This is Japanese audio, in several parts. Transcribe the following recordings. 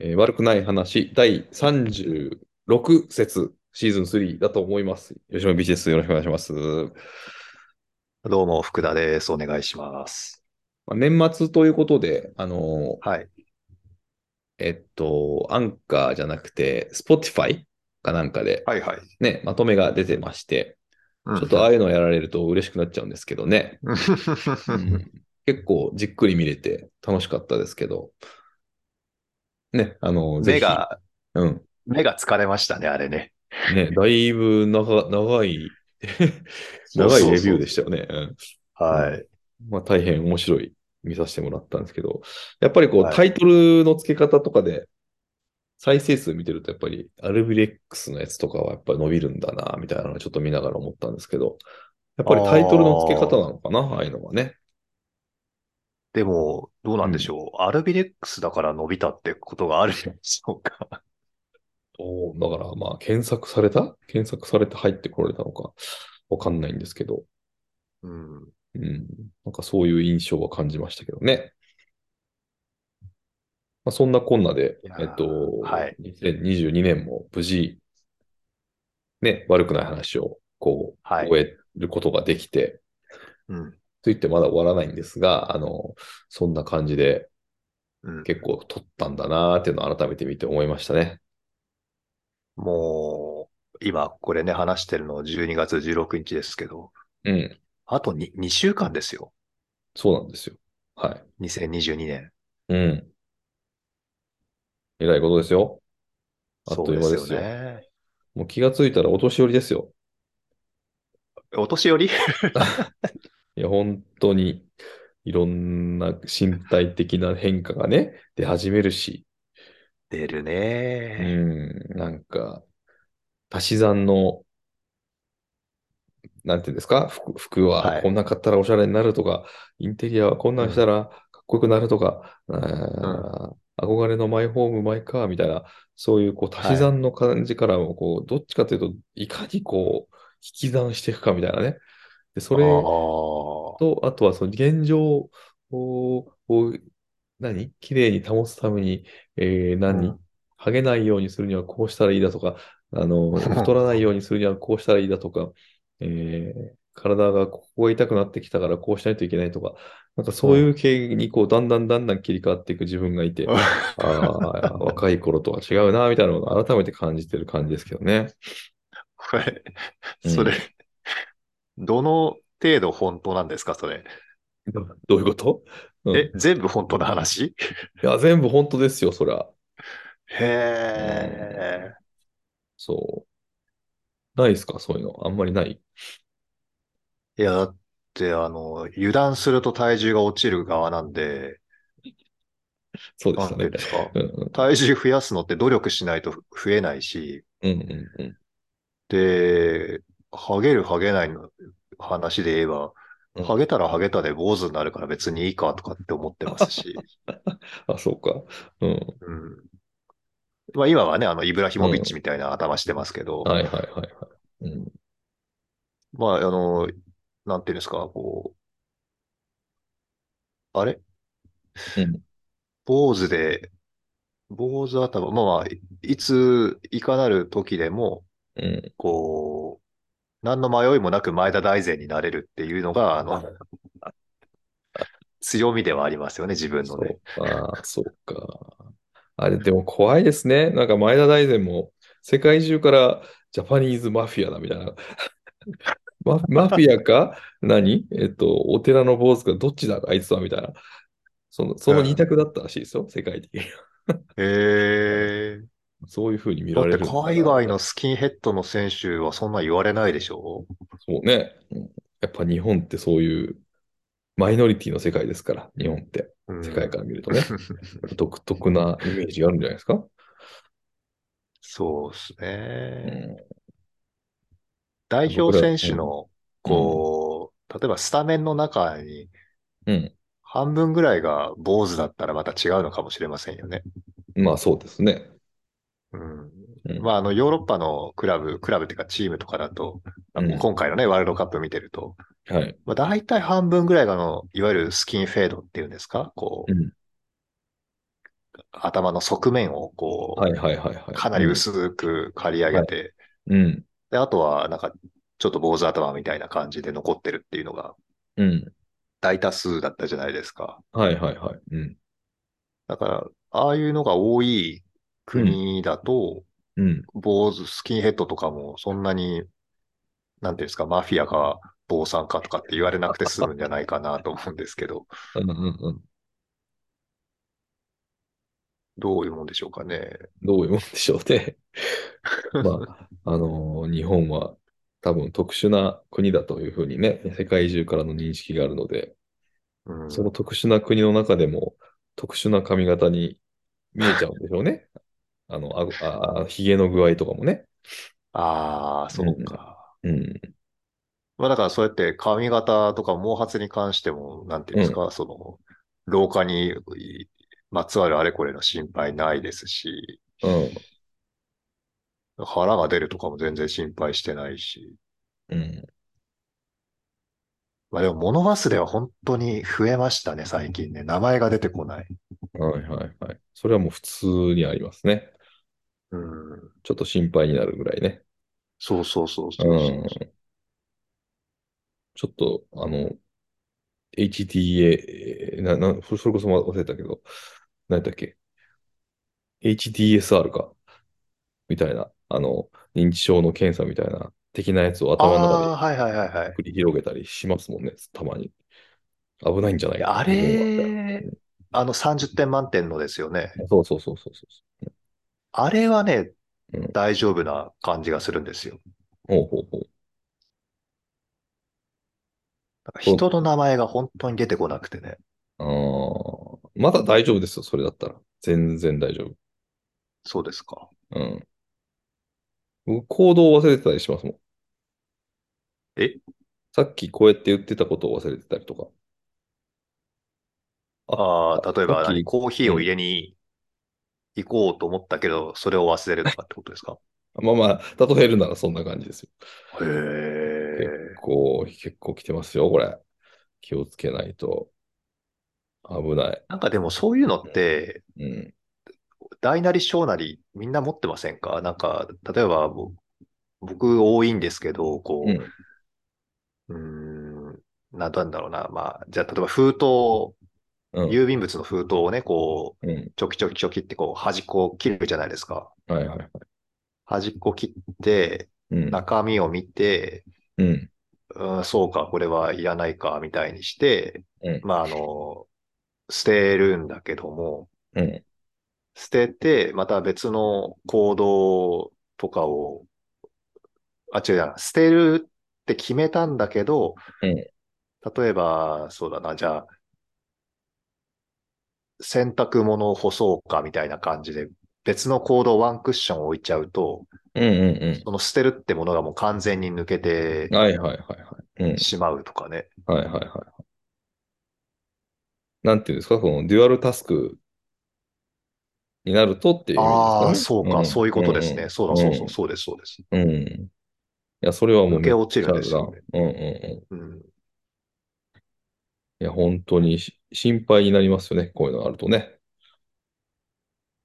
えー悪くない話、第36節、シーズン3だと思います。吉野美です。よろしくお願いします。どうも、福田です。お願いします。まあ、年末ということで、あのーはい。えっと、アンカーじゃなくて、Spotify かなんかで、はいはい。ね、まとめが出てまして、うんちょっとああいうのやられると嬉しくなっちゃうんですけどね。うん結構じっくり見れて楽しかったですけど、ね、あのー、ぜ目ひ、が、うん、目が疲れましたね、あれね。ね、だいぶ長長い、 長いレビューでしたよね。うんはい。まあ、大変面白い、見させてもらったんですけど、やっぱりこう、はいタイトルの付け方とかで、再生数見てると、やっぱりアルビレックスのやつとかはやっぱり伸びるんだな、みたいなのをちょっと見ながら思ったんですけど、やっぱりタイトルの付け方なのかな、ああいうのはね。でも、どうなんでしょう。アルビレックスだから伸びたってことがあるんでしょうか。おーだからまあ、検索された検索されて入ってこられたのか、わかんないんですけど、うん。うん、なんかそういう印象は感じましたけどね。まあ、そんなこんなでいや、ーえっと、はい2022年も無事、ね、悪くない話をこう、はい終えることができて、うん。といってまだ終わらないんですが、あの、そんな感じでうん、結構撮ったんだなーっていうのを改めて見て思いましたね。もう、今これね、話してるの12月16日ですけど、うん、あと 2, 2週間ですよ。そうなんですよ。はい。 2022年。うん。えらいことですよ。あっそとういうで間すでよすよ。ね。もう気がついたらお年寄りですよ。お年寄り いや、本当に、いろんな身体的な変化がね、出始めるし、出るうね。ん、なんか、足し算の、なんていうんですか、服、服ははいこんな買ったらおしゃれになるとか、インテリアはこんなんしたらかっこよくなるとか、あー憧れのマイホーム、マイカーみたいな、そういうこう足し算の感じからも、こう、どっちかというと、いかにこう、引き算していくかみたいなね。で、それ、あーと、あとはその現状を、を何きれいに保つために、えー何、うんハゲないようにするにはこうしたらいいだとか、あ の、太らないようにするにはこうしたらいいだとか、えー体がここが痛くなってきたからこうしないといけないとか、なんかそういう系にこう、だんだんだんだん切り替わっていく自分がいて、ああ、若い頃とは違うな、みたいなのを改めて感じてる感じですけどね。これ、うんそれ、どの程度本当なんですか、それ。どどういうこと、うんえ、全部本当の話いや、全部本当ですよ、そりゃ。へえ。そう。ないですかそういうの。あんまりない。いや、だって、あの、油断すると体重が落ちる側なんで、そうでなしんたてねいうん。ですか。うんうん体重増やすのって努力しないと増えないし、うんうんうんで、ハゲるハゲないの話で言えば、うんハゲたらハゲたで坊主になるから別にいいかとかって思ってます し、あ、そうか。うん。うん。まあ今はね、あの、イブラヒモビッチみたいな頭してますけど、はいはいはいはい。うん、まあ、あの、なんていうんですか、こう、あれうん坊主で、坊主頭、まあまあ、いいつ、いかなる時でも、うん。こう、何の迷いもなく前田大然になれるっていうのが、あの、強みではありますよね、自分そのうね。か、そうか。あれ、でも怖いですね。なんか前田大然も世界中からジャパニーズマフィアだみたいな。 ママフィアか何えっと、お寺の坊主かどっちだあいつはみたいな。その、その二択だったらしいですよ、世界的に。へえ。そういうふうに見だらっれてるんな海外のスキンヘッドの選手はそんな言われないでしょそうね。うんやっぱ日本ってそういうマイノリティの世界ですから、日本ってうん世界から見ると ね、独特なイメージがあるんじゃないですか。そうですうん、ね。代表選手僕の、こう、例えばスタメンの中にうん半分ぐらいが坊主だったらまた違うのかもしれませんよね。まあそうですね。うんうんまあ、あの、ヨーロッパのクラブ、クラブっていうかチームとかだと、あうんの今回のね、ワールドカップ見てると、はい。まあ、大体半分ぐらいがあの、いわゆるスキンフェードっていうんですかこう、うん頭の側面をこはいはいはいはう、い。かなり薄く刈り上げて、うん。で、あとはなんか、ちょっと坊主頭みたいな感じで残ってるっていうのがうん。大多数だったじゃないですか。はいはいはい。うん。だから、ああいうのが多い国だと、うん。坊主、スキンヘッドとかもそんなに、なんていうんですか、マフィアか坊さんかとかって言われなくて済むんじゃないかなと思うんですけど、うんうんうん。どういうもんでしょうかね。どういうもんでしょう ね。まあ、あのー日本は多分特殊な国だというふうにね、世界中からの認識があるので、うんその特殊な国の中でも特殊な髪型に見えちゃうんでしょうね。あの、あご、あ、髭の具合とかもね。ああ、そうか。うん。まあだからそうやって髪型とか毛髪に関しても、なんていうんですか、その、老化にまつわるあれこれの心配ないですし、うん。腹が出るとかも全然心配してないし、うん。まあでも、モノバスでは本当に増えましたね、最近ね。名前が出てこない。はいはいはい。それはもう普通にありますね。うん。ちょっと心配になるぐらいね。そうそうそうそうう。ん。ちょっと、あの、HTA、えーな、な、そそれこそ忘れたけど、何だっけ。HDSR か。みたいな、あの、認知症の検査みたいな、的なやつを頭の中ああー、はいはいはいはいで。繰り広げたりしますもんね、たまに。危ないんじゃないかあって思うわれ、あの30点満点のですよね。けそうそうそうそうそうそあれはねうん、大丈夫な感じがするんですよ。う。ほうほうほう。なんか人の名前が本当に出てこなくてね。ああ、まだ大丈夫ですよ、それだったら。全然大丈夫。そうですか。うん。僕行動を忘れてたりしますもん。えさっきこうやって言ってたことを忘れてたりとか。ああ、例えばさっき何コーヒーを入れに行こうと思ったけど、それを忘れるとかってことですかまあまあ、例えるならそんな感じですよ。へえ。こう、結構来てますよ、これ。気をつけないと危ない。なんかでもそういうのって、うん。大なり小なりみんな持ってませんかなんか、例えばぼ僕多いんですけど、こうんう、うーん、なんなんだろうな。まあ、じゃあ例えば封筒、うん。郵便物の封筒をね、こう、うん。ちょきちょきちょきってこう端っこを切るじゃないですか。はいはいはい。端っこ切って、うん。中身を見て、うん。うん、そうか、これはいらないか、みたいにして、うんまあ、あの、捨てるんだけども、うん。捨てて、また別の行動とかを、あ、違うな、捨てるって決めたんだけど、うん例えば、そうだな、じゃあ、洗濯物を干そうかみたいな感じで、別の行動をワンクッション置いちゃうと、うんうんその捨てるってものがもう完全に抜けてうん。はいはいはいはい。うん。しまうとかね。はいはいはいはい。なんていうんですか、このデュアルタスクになるとっていう意味ですかあね。あ、そうか、んそういうことですね。そうだ、そうそう、そそうです、そうです。うん。うん。いや、それはもう抜け落ちるんめでっすちゃあよねる。な。うんうんうん。うん、いや、本当にし心配になりますよね。こういうのあるとね。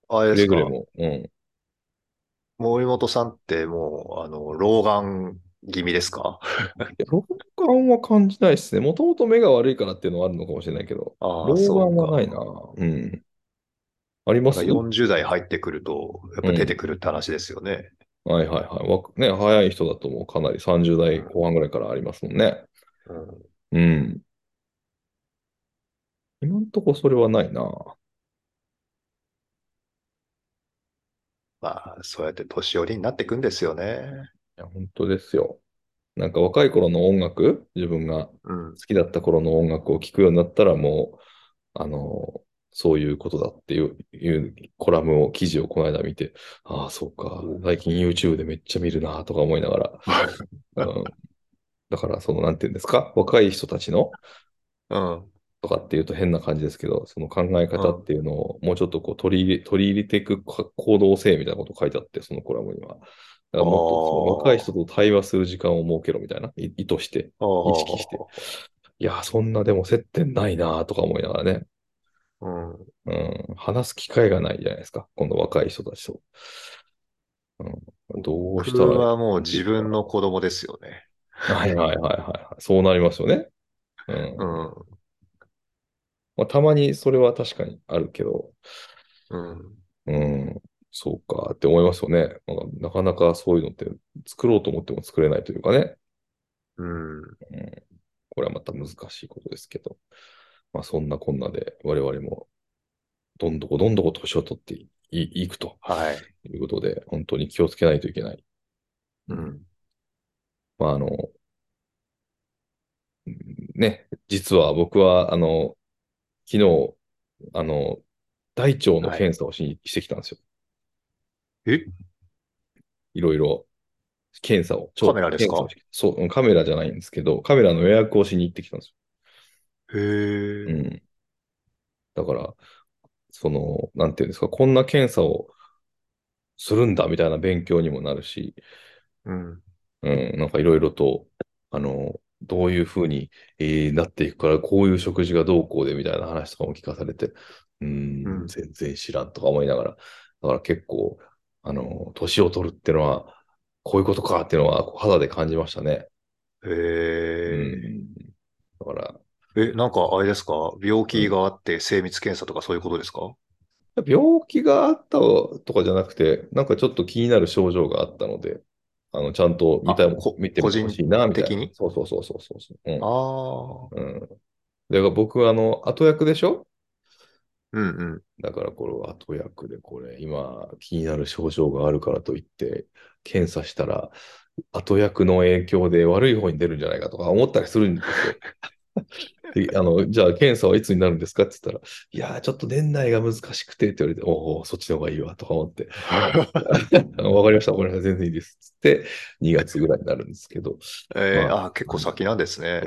あれくでれすぐかれ。も。うん。森本さんってもう、あの、老眼気味ですかいや老眼は感じないですね。もともと目が悪いからっていうのはあるのかもしれないけど、ああ、老そう眼はか。ないな。うん。ありまなんすか40代入ってくると、やっぱ出てくるって話ですよね。はいはいはい。わね、早い人だともうかなり30代後半ぐらいからありますもんね。うんうん。今んとこそれはないな。まあ、そうやって年寄りになってくんですよね。いや、本当ですよ。なんか若い頃の音楽、自分が好うん。きだった頃の音楽を聴くようになったらもう、あの、そういうことだっていう、いうコラムを、記事をこの間見て、ああ、そうか、最近 YouTube でめっちゃ見るなとか思いながら、うん、だから、その、なんていうんですか、若い人たちの、うん。とかっていうと変な感じですけど、その考え方っていうのをもうちょっとこう取り入れ、取り入れていくか行動性みたいなこと書いてあって、そのコラムには。だからもっとそのあー若い人と対話する時間を設けろみたいな、い意図して。意識していや、そんなでも接点ないなとか思いながらね。うん。うん、話す機会がないじゃないですか。今度若い人たちと。うん、どうした僕ら。はもう自分の子供ですよね。はいはいはいはいはい。そうなりますよね。うん。うん。まあ、たまにそれは確かにあるけど、うん。うん、そうかって思いますよね。なんかなかなかそういうのって作ろうと思っても作れないというかね。うん。うん、これはまた難しいことですけど。まあそんなこんなで我々もどんどこどんどこ年を取っていいいくとはい。いうことで、本当に気をつけないといけない。うん。まあ、あの、うんね、実は僕は、あの、昨日、あの、大腸の検査をしに、してきたんですよ。えいろいろ、検査を。カメラですか腸検査をしてそううん、カメラじゃないんですけど、カメラの予約をしに行ってきたんですへえよ。う。ん。だから、その、なんていうんですか、こんな検査をするんだみたいな勉強にもなるし、うん。うん、なんかいろいろと、あの、どういうふうに、えーなっていくから、こういう食事がどうこうでみたいな話とかも聞かされて、うー、うんん全然知らんとか思いながら、だから結構、あの、年を取るってのは、こういうことかっていうのはこう肌で感じましたね。へうえ。ん。だから、え、なんかあれですか病気があって精密検査とかそういうことですか病気があったとかじゃなくて、なんかちょっと気になる症状があったので、あの、ちゃんと見たあこ見てほしいな、みたいな。個人的にそうそうそうそうそう。うんあうん。あ。だから僕はあの、後役でしょうん うん。だからこれは後役でこれ、今気になる症状があるからといって、検査したら、後役の影響で悪い方に出るんじゃないかとか思ったりするんですよ。であのじゃあ検査はいつになるんですかって言ったら、いやー、ちょっと年内が難しくてって言われて、おお、そっちの方がいいわとか思って、あのわかりました、ごめんなさい、全然いいですっつって、2月ぐらいになるんですけど、えーまあー、結構先なんですね。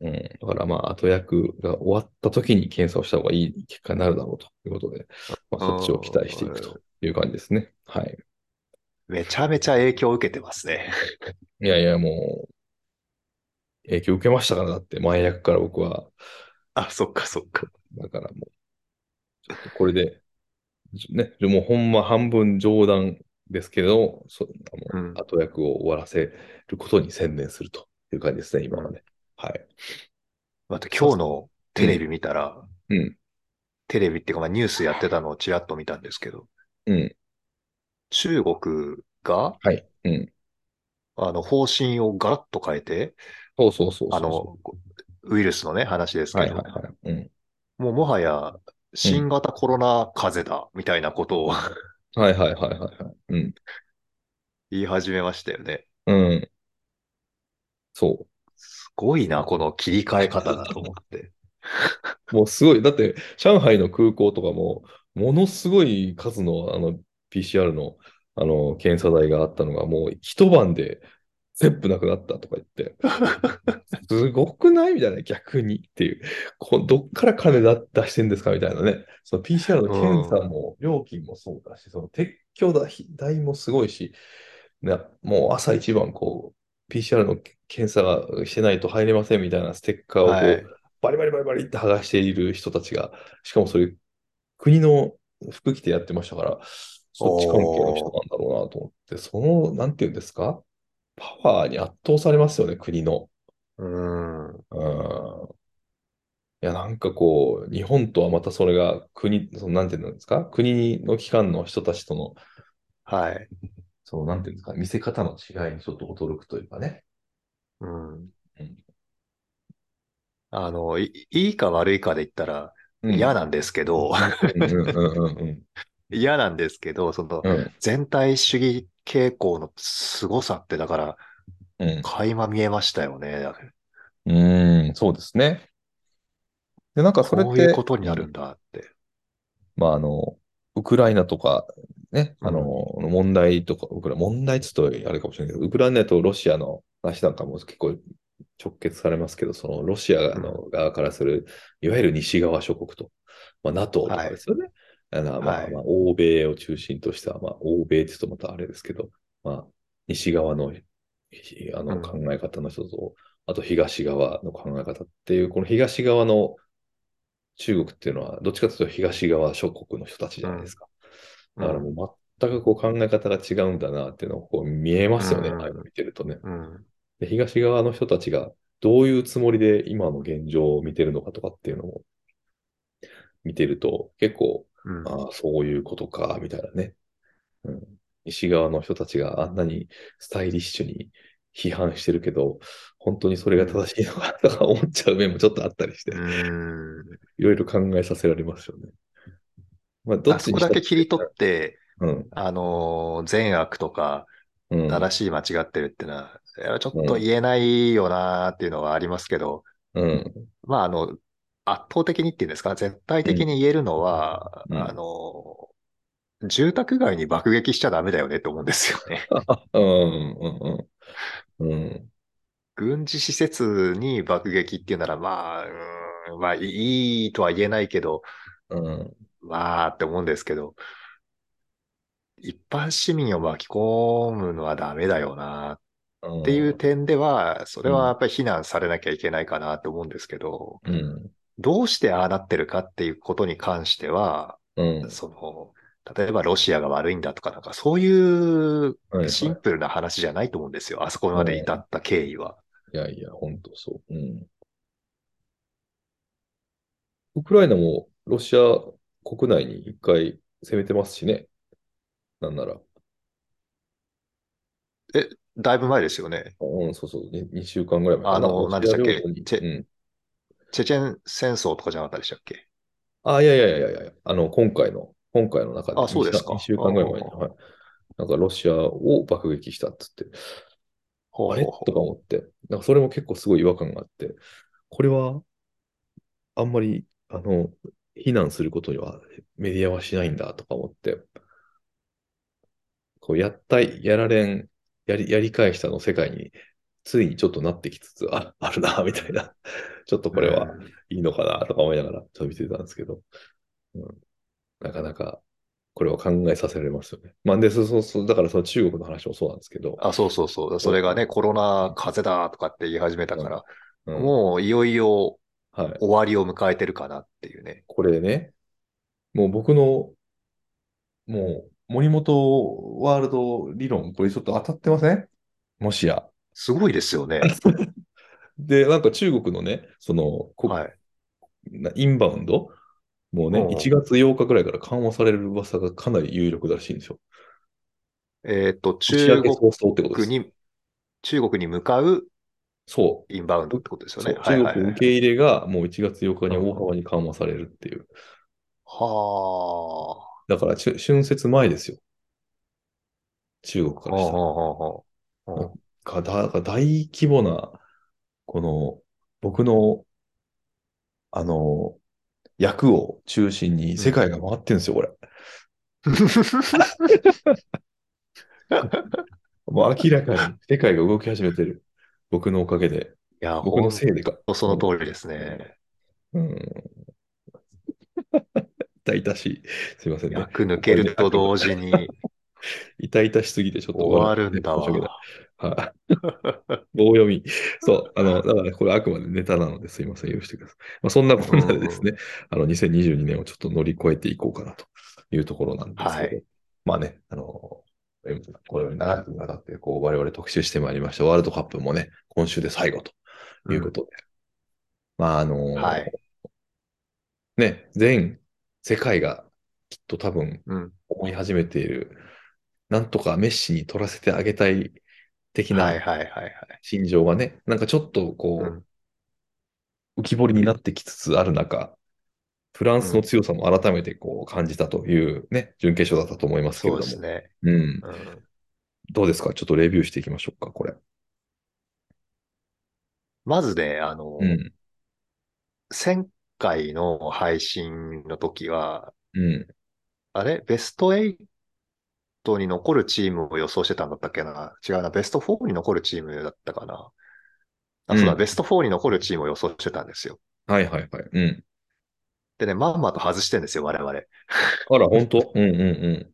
うん、だからまあ、後役が終わった時に検査をした方がいい結果になるだろうということで、まあ、そっちを期待していくという感じですね。はい。めちゃめちゃ影響を受けてますね。いやいや、もう、影響受けましたから、だって、前役から僕は。 あ、そっかそっか。だからもう、ちょっとこれで、ね、もうほんま半分冗談ですけど、そあのうん後役を終わらせることに専念するという感じですね、今はね。はい。また今日のテレビ見たら、うん。テレビっていうか、まあ、ニュースやってたのをちらっと見たんですけど、うん。中国が、はい。うん。あの、方針をガラッと変えて、そうそうそうそうあの、ウイルスのね、話ですけど、はいはいはい。うん。もうもはや、新型コロナ風邪だ、みたいなことを はいはいはいはいはい。うん。言い始めましたよね。うん。そう。すごいな、この切り替え方だと 思って。もうすごい、だって上海の空港とかも、ものすごい数のあの PCR の、あの検査台があったのが、もう一晩で全部なくなったとか言って、すごくないみたいな、逆にっていう、こどっから金だ出してんですかみたいなね、その PCR の検査も料金もそうだし、その撤去だ代もすごいし、なもう朝一番こう、PCR の検査がしてないと入れませんみたいなステッカーをこう、はいバリバリバリバリって剥がしている人たちが、しかもそれ、国の服着てやってましたから、そっち関係の人なんだろうなと思って、その、なんていうんですか、パワーに圧倒されますよね、国の。ううん。ん。いや、なんかこう、日本とはまたそれが国、その、なんていうんですか、国の機関の人たちとの、はい。その、なんていうんですか、見せ方の違いにちょっと驚くというかね。うんうん。あの、いいいか悪いかで言ったら、嫌なんですけど、うんうんうんうん嫌なんですけど、そのうん。うん全体主義傾向の凄さって、だから、うん垣間見えましたよね。だからうーん、そうですね。で、なんかそれこっういうて、ことになるんだって。まあ、あの、ウクライナとか、ね、うんあの、問題とか、ウクライナ、問題っつうとあれかもしれないけど、ウクライナとロシアの話なんかも結構直結されますけど、そのロシアの側からする、いわゆる西側諸国と、まあ、NATO とかですよね。あのまはあ、いまあ、欧米を中心とした、まあ、欧米って言うとまたあれですけど、まあ、西側のひあうのん考え方の人と、あと東側の考え方っていう、この東側の中国っていうのは、どっちかというと東側諸国の人たちじゃないですか。うんだからもう全くこう考え方が違うんだなっていうのをこう見えますよね、うんああいうの見てるとね。うん。で、東側の人たちがどういうつもりで今の現状を見てるのかとかっていうのを見てると、結構、うん。ああ、そういうことか、みたいなね。うん。西側の人たちがあんなにスタイリッシュに批判してるけど、本当にそれが正しいのかとか思っちゃう面もちょっとあったりして、うんいろいろ考えさせられますよね。まあ、どっあちそにこしただってけ切り取って、うん。あのー善悪とか、うん。正しい間違ってるってのは、いやちょっと言えないよなーっていうのはありますけど、うん。まあ、あの、圧倒的にっていうんですか、絶対的に言えるのは、うんあのー住宅街に爆撃しちゃダメだよねと思うんですよ ね。うん。うん。うん。うん。軍事施設に爆撃っていうなら、まあ、うーんまあ、いいとは言えないけど、うん。まあって思うんですけど、一般市民を巻き込むのはダメだよなうんっていう。点では、それはやっぱり非難されなきゃいけないかなと思うんですけど、うん。どうしてああなってるかっていうことに関しては、うん。その、例えばロシアが悪いんだとかなんか、そういうはいはいシンプルな話じゃないと思うんですよ。あそこまで至った経緯は。いやいや、本当そう。うん。ウクライナもロシア国内に一回攻めてますしね。なんなら。だいぶ前ですよね。うん、そうそう。に2週間ぐらい前かなあのロシアなんでしたっけ領土にチェうん。チェチェン戦争とかじゃなかったでしたっけあ、いやいやいやいやいや、あの、今回の、今回の中であそうですか2週間ぐらい前に、あーはい。なんかロシアを爆撃したっつって。ほうあれほうほうとか思って、なんかそれも結構すごい違和感があって、これはあんまりあの非難することにはメディアはしないんだとか思って、こうやったい、やられん、やりやり返したの世界についにちょっとなってきつつああるな、みたいな、ちょっとこれはうんいいのかなとか思いながらちょっと見てたんですけど、うん、なかなかこれは考えさせられますよね。まあ、で、そうそうそう、だからその中国の話もそうなんですけど、あ、そうそうそう。それがね、コロナ風邪だとかって言い始めたから、うんもういよいよはい、終わりを迎えてるかなっていうね。これね、もう僕の、もう森本ワールド理論、これちょっと当たってませんもしや。すごいです よね。で、なんか中国のね、その、こはい。なインバウンド、もうね、うん1月8日ぐらいから緩和される噂がかなり有力らしいんですよ。えっと、年明中け国早々ってことです。に、中国に向かうそう。インバウンドってことですよそうね。はい中はい国はい受。け入れがもう1月8日に大幅に緩和されるっていう。はだから、ちゅ春節前ですよ。中国かあ。らしたら。ほうほうほうほうほか、だ、が大規模な、この、僕の、あの、役を中心に世界が回ってるんですよ、これ。 もう明らかに世界が動き始めてる。僕のおかげで。いや、僕のせいでか。ほんとその通りですね。うん。 痛々しい。すいませんね。役抜けると同時に痛々しすぎてちょっと終わ笑るってんだ申し訳ないわ。 はい。棒読み。そう。あの、だからこれあくまでネタなのですいません。許してください。まあ、そんなこんなでですね、あの、2022年をちょっと乗り越えていこうかなというところなんですけど、はまあね、あの、これより長くにわたって、こう、我々特集してまいりました。ワールドカップもね、今週で最後ということで。まあ、あの、はい。ね、全世界がきっと多分うん。思い始めている、なんとかメッシに取らせてあげたい的な、はいはいはいはい。心情がね、なんかちょっとこう、うん浮き彫りになってきつつある中、フランスの強さも改めてこう感じたというね、準決勝だったと思いますけれそどうでも、すね。うん、うんどうですか、ちょっとレビューしていきましょうか、これ。まずね、あのう、ん、前回の配信の時は、うん、あれベスト8に残るチームを予想してたんだったっけな違うな、ベスト4に残るチームだったかなあ、そうだ、うんベスト4に残るチームを予想してたんですよ。はいはいはい、うん。でね、まんまと外してんですよ、我々。あら、本当うんうんう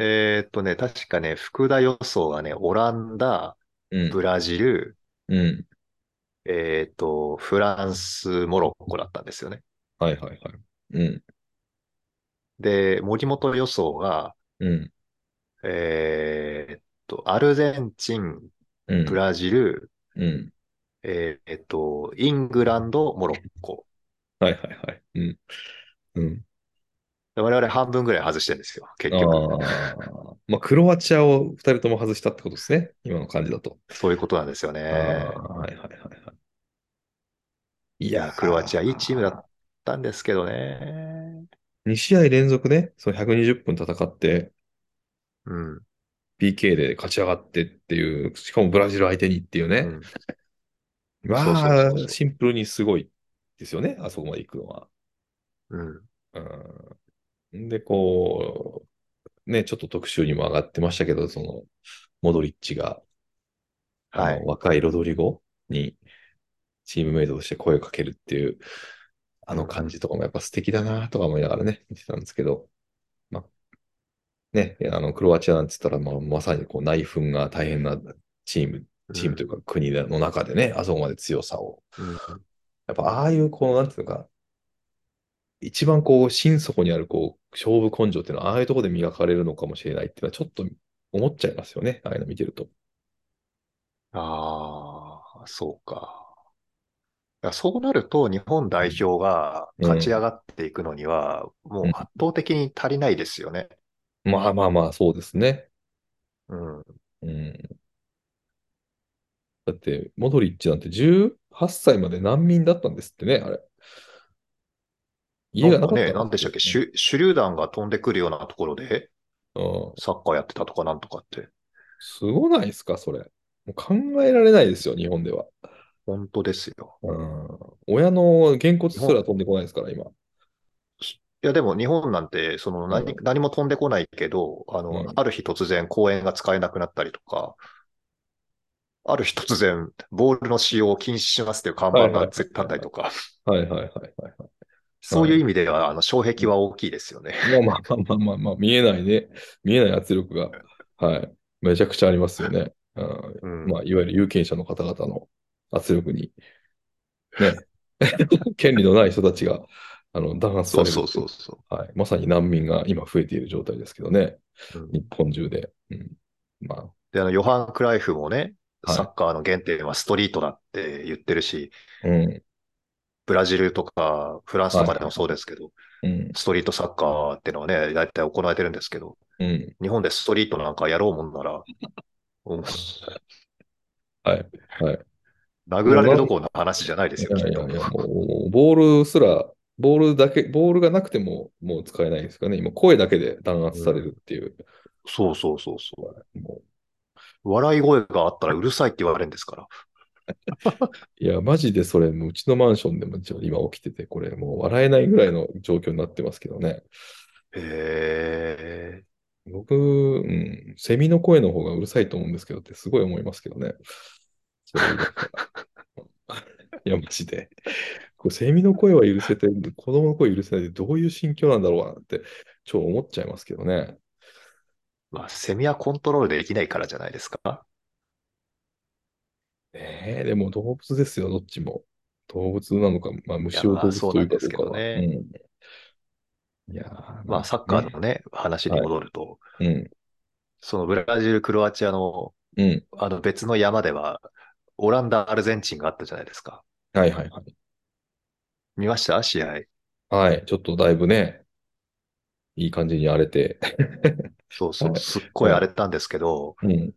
えーっとね、確かね、福田予想がね、オランダ、ん、うん、ブラジル、うん、えっ、と、フランス、モロッコだったんですよね。はいはいはい。うん。で、森本予想が、うん。えっと、アルゼンチン、うん。ブラジル、うん。えっと、イングランド、モロッコ。はいはいはい。うん。うん。で我々半分ぐらい外してるんですよ、結局。ああ。まあ、クロアチアを二人とも外したってことですね。今の感じだと。そういうことなんですよね。ああはいはいはいはい。いいや、クロアチア、いいチームだったんですけどね。 2試合連続ね、その120分戦って、うん。 PK で勝ち上がってっていう、しかもブラジル相手にっていううね。んそうそうまそうそあ、うシンプルにすごいですよね、あそこまで行くのは。うん。うん。で、こう、ね、ちょっと特集にも上がってましたけど、その、モドリッチが、あのはい。若いロドリゴに、チームメイトとして声をかけるっていう、あの感じとかもやっぱ素敵だなとか思いながらね、見てたんですけど、まあ、ね、あの、クロアチアなんて言ったら、まあ、まさにこう、内紛が大変なチーム、チームというか国の中でね、あそこまで強さをうんやっぱああいう、こう、なんていうのか、一番こう、心底にある、こう、勝負根性っていうのは、ああいうところで磨かれるのかもしれないっていうのは、ちょっと思っちゃいますよね。ああいうの見てると。ああ、そうか。いやそうなると、日本代表が勝ち上がっていくのには、もううん圧倒的に足りないですよね。まあまあまあ、そうですね。うん。うん。だって、モドリッチなんて18歳まで難民だったんですってね、あれ。家がななんかかったね、なんでしたっけ、手手榴弾が飛んでくるようなところで、うん。サッカーやってたとかなんとかって。すごないですか、それ。もう考えられないですよ、日本では。本当ですよ。うん。親のげんこつすら飛んでこないですから、今。いや、でも日本なんて、その何、う何も飛んでこないけど、あうの、んある日突然公園が使えなくなったりとか、ある日突然ボールの使用を禁止しますっていう看板が絶対あったりとか、はいはいはいはいはい。そういう意味では、あの、障壁は大きいですよね。まあまあまあまあまあまあ、見えないね。見えない圧力が、はい。めちゃくちゃありますよね。うんうん。まあ、いわゆる有権者の方々の圧力に、ね、 権利のない人たちが、あの、弾圧さそれうる。そうそうそはい。まさに難民が今増えている状態ですけどね。う。うん日本中で。うん。まあ、で、あの、ヨハン・クライフもね、はいサッカーの原点はストリートだって言ってるし、うん。ブラジルとかフランスとかでもそうですけど、うん。ストリートサッカーってのはね、大体行われてるんですけど、うん。日本でストリートなんかやろうもんなら、うんはい。はい。殴られるどころの話じゃないですよ、いきやっいとや。いや、もう、ボールすら、ボールだけ、ボールがなくても、もう使えないですからね。今、声だけで弾圧されるっていう。そうそうそうそもうう。笑い声があったらうるさいって言われるんですから。いや、マジでそれ、もううちのマンションでもちょ今起きてて、これもう笑えないぐらいの状況になってますけどね。へえ。僕、うん、セミの声の方がうるさいと思うんですけどってすごい思いますけどね。それ言い出した らいや、マジで。これセミの声は許せて、子供の声許せないでどういう心境なんだろうなって、ちょっと思っちゃいますけどね。まあ、セミはコントロールできないからじゃないですか。ねえでも動物ですよ、どっちも。動物なのか、まあ、虫いをやまあ動物というかそうなんですけどうどねかはうんいやーまあ、サッカーのね、話に戻ると、ねそのブラジル、クロアチアの、うん、うん。あの別の山では、オランダ、アルゼンチンがあったじゃないですか。はいはいはい。見ました試合。はい、ちょっとだいぶね、いい感じに荒れて。そうそはう。いすっごい荒れたんですけど、うん。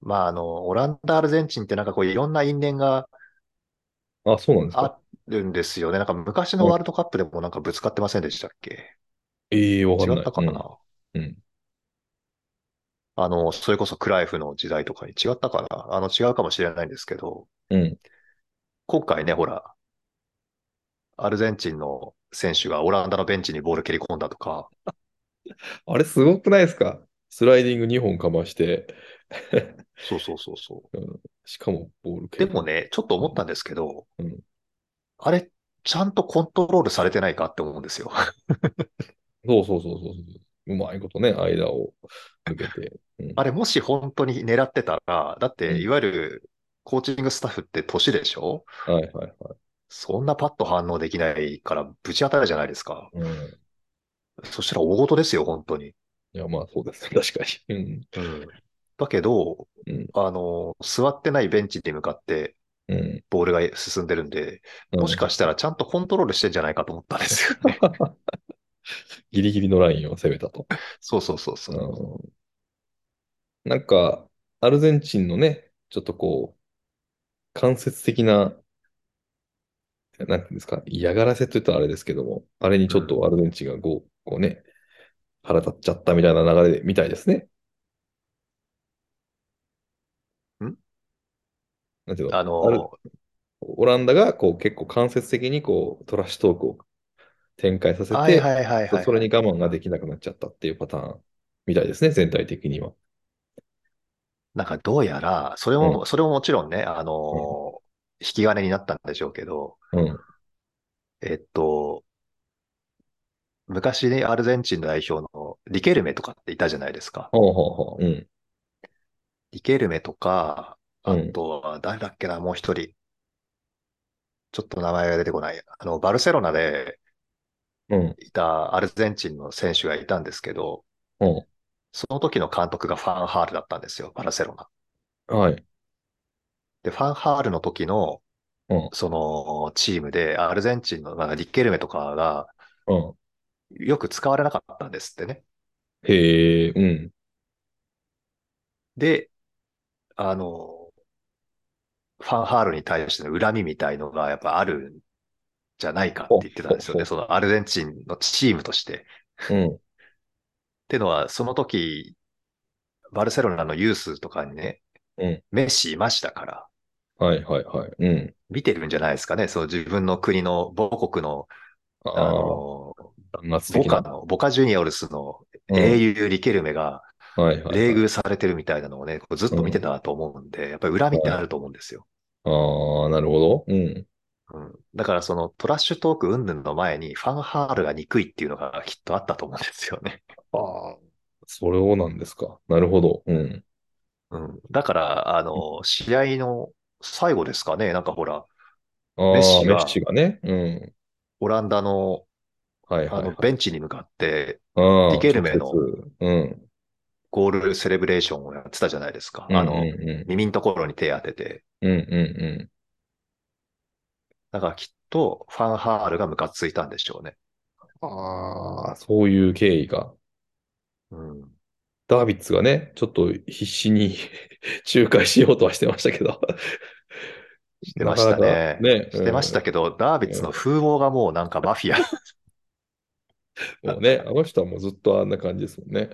まあ、あの、オランダ、アルゼンチンってなんかこういろんな因縁があ、そうなんですか。あるんですよね。なんか昔のワールドカップでもなんかぶつかってませんでしたっけええわかんな違い。ったかなうんうんあの、それこそクライフの時代とかに違ったかなあの、違うかもしれないんですけど、うん。うん。今回ね、ほら、アルゼンチンの選手がオランダのベンチにボール蹴り込んだとか、あれ、すごくないですかスライディング2本かまして、そうそうそうそしかもボールう。蹴でるもね、ちょっと思ったんですけどうん、あれ、ちゃんとコントロールされてないかって思うんですよ。そうそうそうそうそう。うまいことね、間を抜けて。うんあれ、もし本当に狙ってたら、だっうんて、いわゆるコーチングスタッフって年でしょはいはいはい。そんなパッと反応できないからぶち当たるじゃないですか。うん。そしたら大事ですよ、本当に。いや、まあそうですね。確かに。うん。うん、だけど、うんあの、座ってないベンチに向かってうん。ボールが進んでるんで、もししかしたらちゃんとコントロールしてんじゃないかと思ったんですよね。 ギリギリのラインを攻めたと。そうそうそうそう。うんなんか、アルゼンチンのね、ちょっとこう、間接的な、なんていうんですか、嫌がらせというとあれですけども、あれにちょっとアルゼンチンがこう、こうね、腹立っちゃったみたいな流れみたいですね。んなんていうのあアルの、オランダがこう結構間接的にこうトラッシュトークを展開させて、はいはいはいそはい。それに我慢ができなくなっちゃったっていうパターンみたいですね、全体的には。なんかどうやら、それも、それももちろんね、あの、引き金になったんでしょうけど、うん。えっと、昔ね、アルゼンチン代表のリケルメとかっていたじゃないですか。ほうほうほう。うん。リケルメとか、うあんとは誰だっけな、もう一人。ちょっと名前が出てこない。あの、バルセロナでうん。いたアルゼンチンの選手がいたんですけど、うその時の監督がファンハールだったんですよ、バルセロナ。ん。はい。で、ファンハールの時のうん、そのチームで、アルゼンチンのなんかリッケルメとかがうん。よく使われなかったんですってね。へえ、うん。で、あの、ファンハールに対しての恨みみたいのがやっぱあるんじゃないかって言ってたんですよね。そのアルゼンチンのチームとして。うん。ってのは、その時、バルセロナのユースとかにね、うんメッシいましたから、はいはいはい。うん。見てるんじゃないですかね。その自分の国の母国の、あああ、の、弾圧ボ的カな。の、ボカジュニオルスのうん英雄リケルメがはいはい。冷遇されてるみたいなのをね、こうずっと見てたと思うんで、やっぱり恨みってあると思うんですよ。ああ、なるほど。うん。うん、だからそのトラッシュトーク云々の前にファンハールが憎いっていうのがきっとあったと思うんですよね。 ああ。それをなんですか。なるほど。うん。うん、だから、あの、試合の最後ですかね、なんかほら、ああ、メッシメがッシがね。うん。オランダのはいあはいのはい。ベンチに向かってああリケルメの直接うん。ゴールセレブレーションをやってたじゃないですか。あうんの、うん耳のところに手当てて。うん。うんうんうん。だからきっとファンハールがムカついたんでしょうね。ああ、そういう経緯が。うんダービッツがね、ちょっと必死に 仲介しようとはしてましたけど。してましたなかなねか。ね、してましたけど、ダービッツの風貌がもうなんかマフィア。 うんもうね、あの人はもうずっとあんな感じですもんね。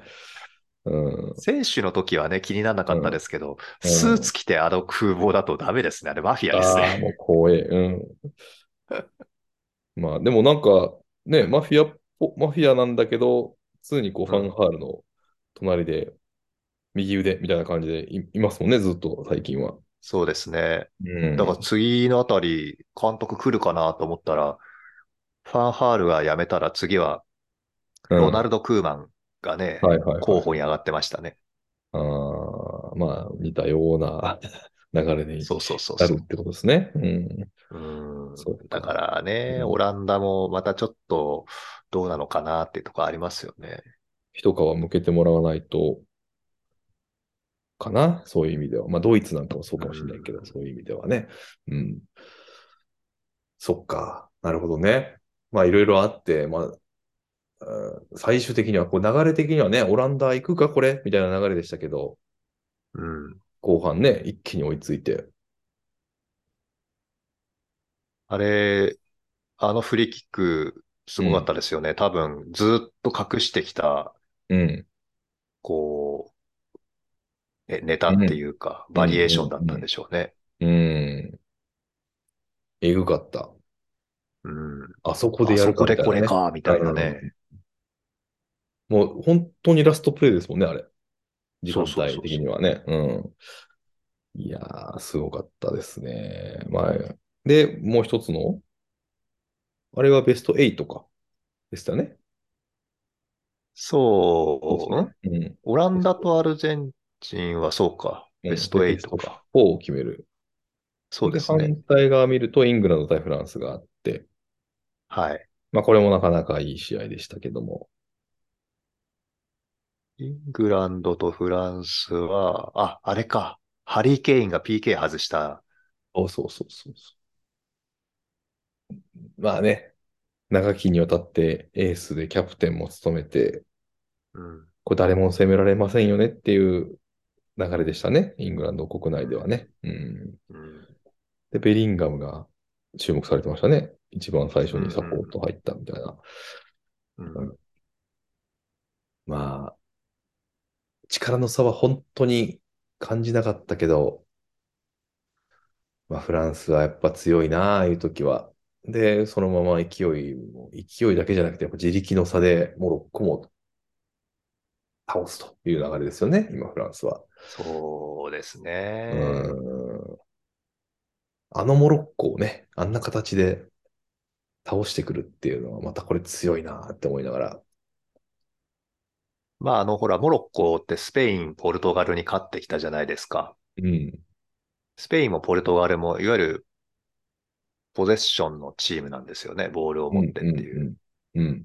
うん。選手の時はね、気にならなかったですけど、うんスーツ着てあの風貌だとダメですね。あれマフィアですああ、ね。もう光栄。うん。まあ、でもなんか、ね、マフィアっぽ、マフィアなんだけど、普通にこうファンハールの隣で、右腕みたいな感じでいいますもんね、ずっと最近は。そうですね。うん。だから次のあたり、監督来るかなと思ったら、ファンハールが辞めたら次はうんロナルド・クーマンがね、はいはいはい。候補に上がってましたね。ああ、まあ、似たよう な流れにそうそうそうなそるうってことですね。うん。うんそうかだからね、うんオランダもまたちょっとどうなのかなっていうところありますよね。一皮向けてもらわないと、かな。そういう意味では。まあ、ドイツなんかもそうかもしれないけど、うんそういう意味ではね。うん。そっか。なるほどね。まあ、いろいろあって、まあ、うん最終的には、こう流れ的にはね、オランダ行くか、これみたいな流れでしたけど、うん。後半ね、一気に追いついて。あれ、あのフリーキック、すごかったですよね。多分、ずっと隠してきた、うん。こう、えネタっていうか、バリエーションだったんでしょうね。うん。えぐかった。うん。あそこでやるかみたいな、ね。あそこでこれか、みたいなね。もう本当にラストプレイですもんね、あれ。時間そうそうそうそ帯う的にはね。うん。いやー、すごかったですね。まあ、で、もう一つの、あれはベスト8か。でしたね。そう、んうですねうん。オランダとアルゼンチンはそうか。ベストうん8か。 4を決めるそうです反ね。対側見るとイングランド対フランスがあって、はい。まあこれもなかなかいい試合でしたけども。イングランドとフランスは、あ、あれか。ハリー・ケインが PK 外した。そうそうそうそうそう。まあね、長きにわたってエースでキャプテンも務めて、うん。これ誰も責められませんよねっていう流れでしたね。イングランド国内ではね。うん。うん、で、ベリンガムが注目されてましたね。一番最初にサポート入ったみたいな。うんまあ、力の差は本当に感じなかったけど、まあ、フランスはやっぱ強いなあ、いう時は。で、そのまま勢いも、勢いだけじゃなくて、やっぱ自力の差でモロッコも倒すという流れですよね、今、フランスは。そうですうね。ん。あのモロッコをね、あんな形で倒してくるっていうのは、またこれ強いなあって思いながら。まあ、あの、ほら、モロッコってスペイン、ポルトガルに勝ってきたじゃないですか。うん。スペインもポルトガルも、いわゆる、ポゼッションのチームなんですよね。ボールを持ってっていう。うん。うん。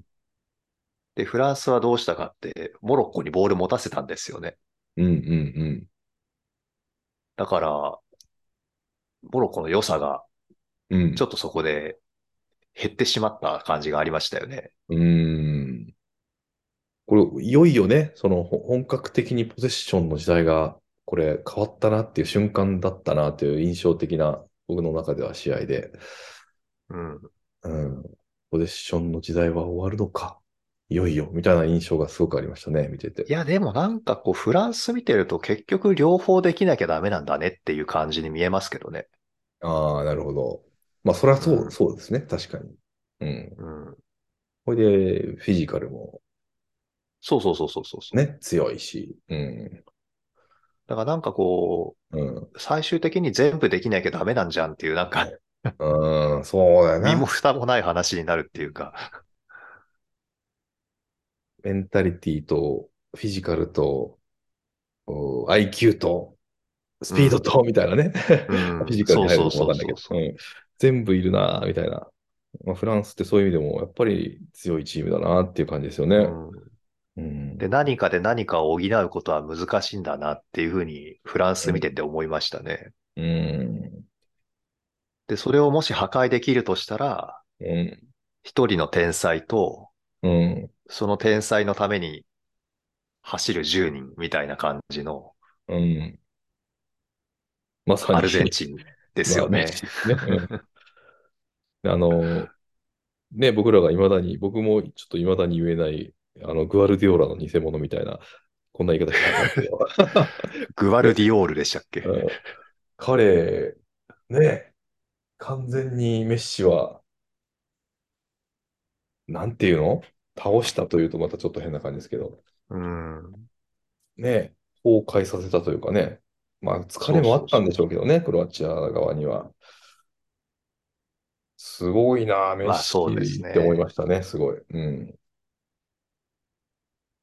で、フランスはどうしたかって、モロッコにボール持たせたんですよね。うんうんうん。だから、モロッコの良さが、うん、ちょっとそこで減ってしまった感じがありましたよね。うーん。これ、いよいよね、そのほ本格的にポゼッションの時代が、これ変わったなっていう瞬間だったなという印象的な僕の中では試合で、うん。うん、ポゼッションの時代は終わるのか、いよいよ、みたいな印象がすごくありましたね、見ててい。や、でもなんかこう、フランス見てると結局両方できなきゃダメなんだねっていう感じに見えますけどね。ああ、なるほど。まあ、そりゃそう、うんそうですね、確かに。うん。うん。これで、フィジカルもそうそうそうそうそう。ね、強いし、うん、だからなんかこうん。う、最終的に全部できなきゃダメなんじゃんっていう、なんか、うーん、そうだよ身なも。蓋もない話になるっていうか。メンタリティと、フィジカルと、お IQ と、スピードと、みたいなね。うんフィジカルに入るのかそうわかそうなんいそけうどそう。うん全部いるな、みたいな。まあ、フランスってそういう意味でも、やっぱり強いチームだな、っていう感じですよね。うんうん。で、何かで何かを補うことは難しいんだなっていうふうにフランス見てて思いましたね。うん。で、それをもし破壊できるとしたら、うん。一人の天才と、うん。その天才のために走る10人みたいな感じのうん。まさに。アルゼンチンですよね。 まあ。ねうんあの、ね、僕らが未だに、僕もちょっと未だに言えない、あの、グアルディオラの偽物みたいな、こんな言い方しなかったけど、グバルディオールでしたっけ、 うん彼、ね、完全にメッシは、なんていうの倒したというとまたちょっと変な感じですけど、うん、ね、崩壊させたというかね、まあ疲れもあったんでしょうけどね、クロアチア側には。すごいな、メまッあそうですシねって思いましたね、すごい。うん。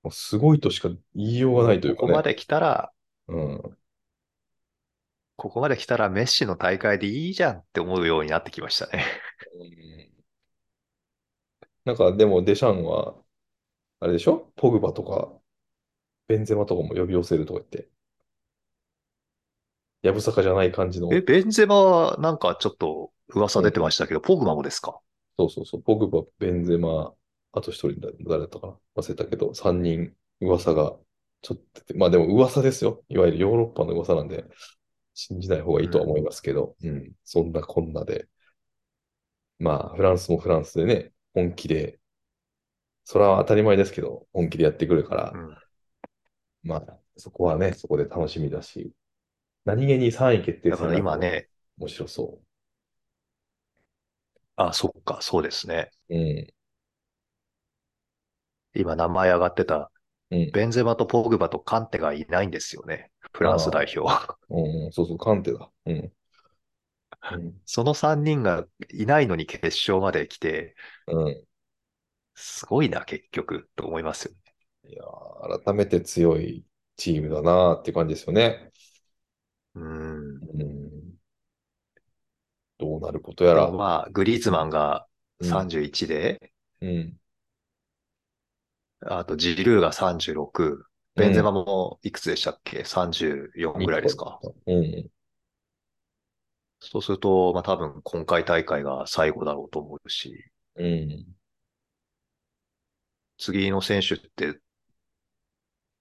もうすごいとしか言いようがないというこかこまね。で来たら、うん。ここまで来たらメッシの大会でいいじゃんって思うようになってきましたね。なんかでもデシャンは、あれでしょポグバとか、ベンゼマとかも呼び寄せるとか言って。やぶさかじゃない感じの。え、ベンゼマはなんかちょっと噂出てましたけど、ポグマもですかそうそうそう、ポグバ、ベンゼマ、あと一人だ、誰だったかな忘れたけど、三人、噂が、ちょっと出て、まあでも噂ですよ。いわゆるヨーロッパの噂なんで、信じない方がいいとは思いますけど、うん、そんなこんなで、まあ、フランスもフランスでね、本気で、それは当たり前ですけど、本気でやってくるからう、んまあ、そこはね、そこで楽しみだし、何気に3位決定だすかるらの今がね、面白そあ、そっか、そうですね。う。うん、今名前上がってた、うん、ベンゼマとポグバとカンテがいないんですよね。フランス代表。うんうん、そうそう、カンテだ。うん。うん その3人がいないのに決勝まで来て、うん。すごいな、結局、と思いますよね。いやー、改めて強いチームだなーって感じですよね。うん。うん。うなることやでらも。まあ、グリーズマンが31で、うん。あとジルーが36、ベンゼマもいくつでしたっけ ?34 ぐらいですか。うん。そうすると、まあ多分今回大会が最後だろうと思うし、うん。次の選手って、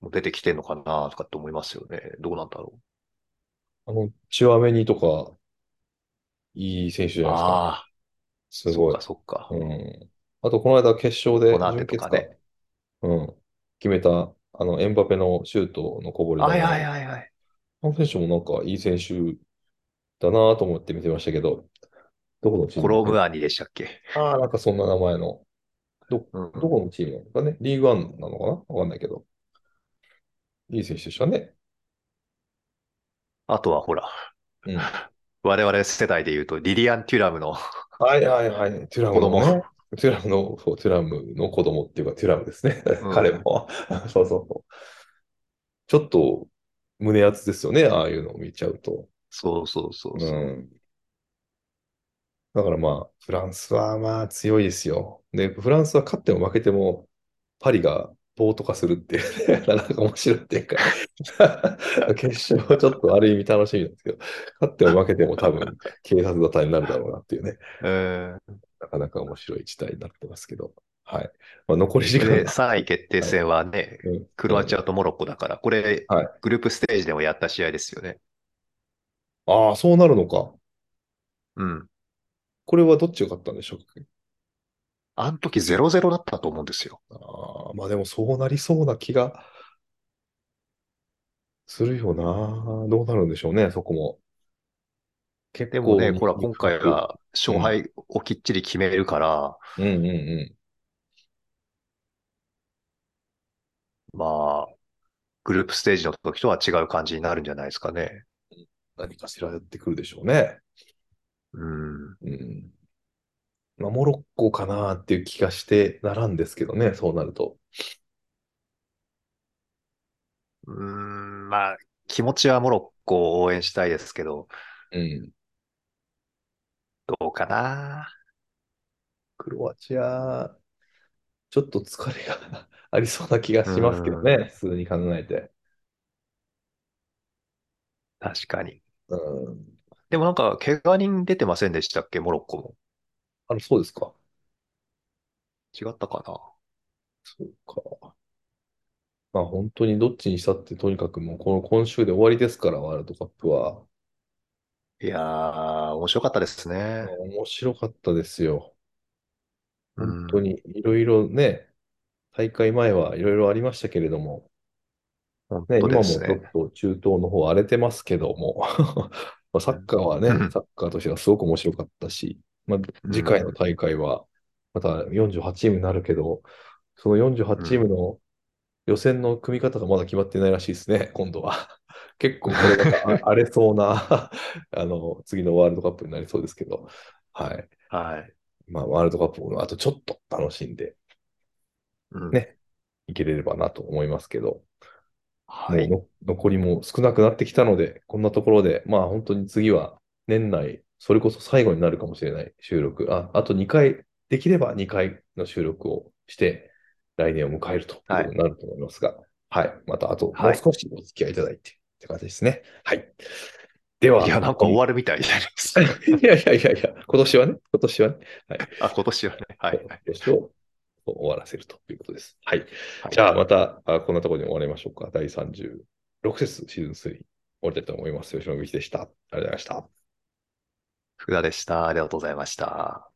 もう出てきてんのかなとかって思いますよね。どうなんだろあの、チュアメニとか、いい選手じう。ゃないですか。ああ、すそごっいか。そっか。うん。あと、この間決勝で、コナテ準と決かか。ねうん。決めた、あの、エンバペのシュートのこぼれ球はいはいはいはい。あの選手もなんかいい選手だなと思って見てましたけど、どこのチーコムロムアニでしたっけああ、なんかそんな名前の。うん。どこのチームなのかねリーグワンなのかなわかんないけど。いい選手でしたね。あとはほら、うん。 我々世代で言うと、リリアン・テュラムの、はいはいはい。トゥラムの子供ね。トゥラムの、そう、トゥラムの子供っていうか、トゥラムですね。うん彼も。 そうそうそう。ちょっと胸熱ですよね。ああいうのを見ちゃうと。そうそうそううそう、ん。だからまあ、フランスはまあ強いですよ。で、フランスは勝っても負けても、パリが暴徒化するっていう、ね、 なんか面白いっていうか、 決勝はちょっとある意味楽しみなんですけど、勝っても負けても多分警察沙汰になるだろうなっていうね。うんなかなか面白い事態になってますけど。はい。まあ、残り時間で、が3位決定戦はね、うんクロアチアとモロッコだから、これ、はいグループステージでもやった試合ですよね。ああ、そうなるのか。うん。これはどっちが勝ったんでしょうか。あの時0-0だったと思うんですよ。ああ、まあでもそうなりそうな気がするよな。どうなるんでしょうね、そこも。結でもね、構ほら、今回は勝敗をきっちり決めるから、うんうんうまあ、グループステージの時とは違う感じになるんじゃないですかね。ん。何かしらやってくるでしょうね。うん。うん。まあ、モロッコかなっていう気がしてならんですけどね、そうなると。うん、まあ、気持ちはモロッコを応援したいですけど、うん。どうかな。クロアチア、ちょっと疲れが ありそうな気がしますけどね、普通に考えて。確かに。うん。でもなんか、怪我人出てませんでしたっけ、モロッコも。あの、そうですか。違ったかな。そうか。まあ本当にどっちにしたって、とにかくもうこの今週で終わりですから、ワールドカップは。いやー、面白かったですね。面白かったですよ。うん本当にいろいろね、大会前はいろいろありましたけれども、本ね、今当でもすちょね。っと中東の方荒れてますけども、 まあサッカーはねうん、サッカーとしてはすごく面白かったし、まあ、次回の大会はまた48チームになるけど、その48チームの予選の組み方がまだ決まってないらしいですね、今度は。 結構これが荒れそうな、 あの、次のワールドカップになりそうですけど、はい。はい。まあ、ワールドカップもあとちょっと楽しんでうんねいければなと思いますけど、はもうい。の残りも少なくなってきたので、こんなところで、まあ本当に次は年内、それこそ最後になるかもしれない収録、ああと2回、できれば2回の収録をして、来年を迎えるということになると思いますが、はい、またあともう少しお付き合いいただいて、って感じですね。はい。では、いや、なんか終わるみたいじゃないですか。 いやいやいやいや、今年はね、今年はね、あ、今年はね。はい。今年を終わらせるということです。はい。はいじゃあまた、あこんなところに終わりましょうか。第36節シーズン3終わりたいと思います。吉野美希でした。ありがとうございました。福田でした。ありがとうございました。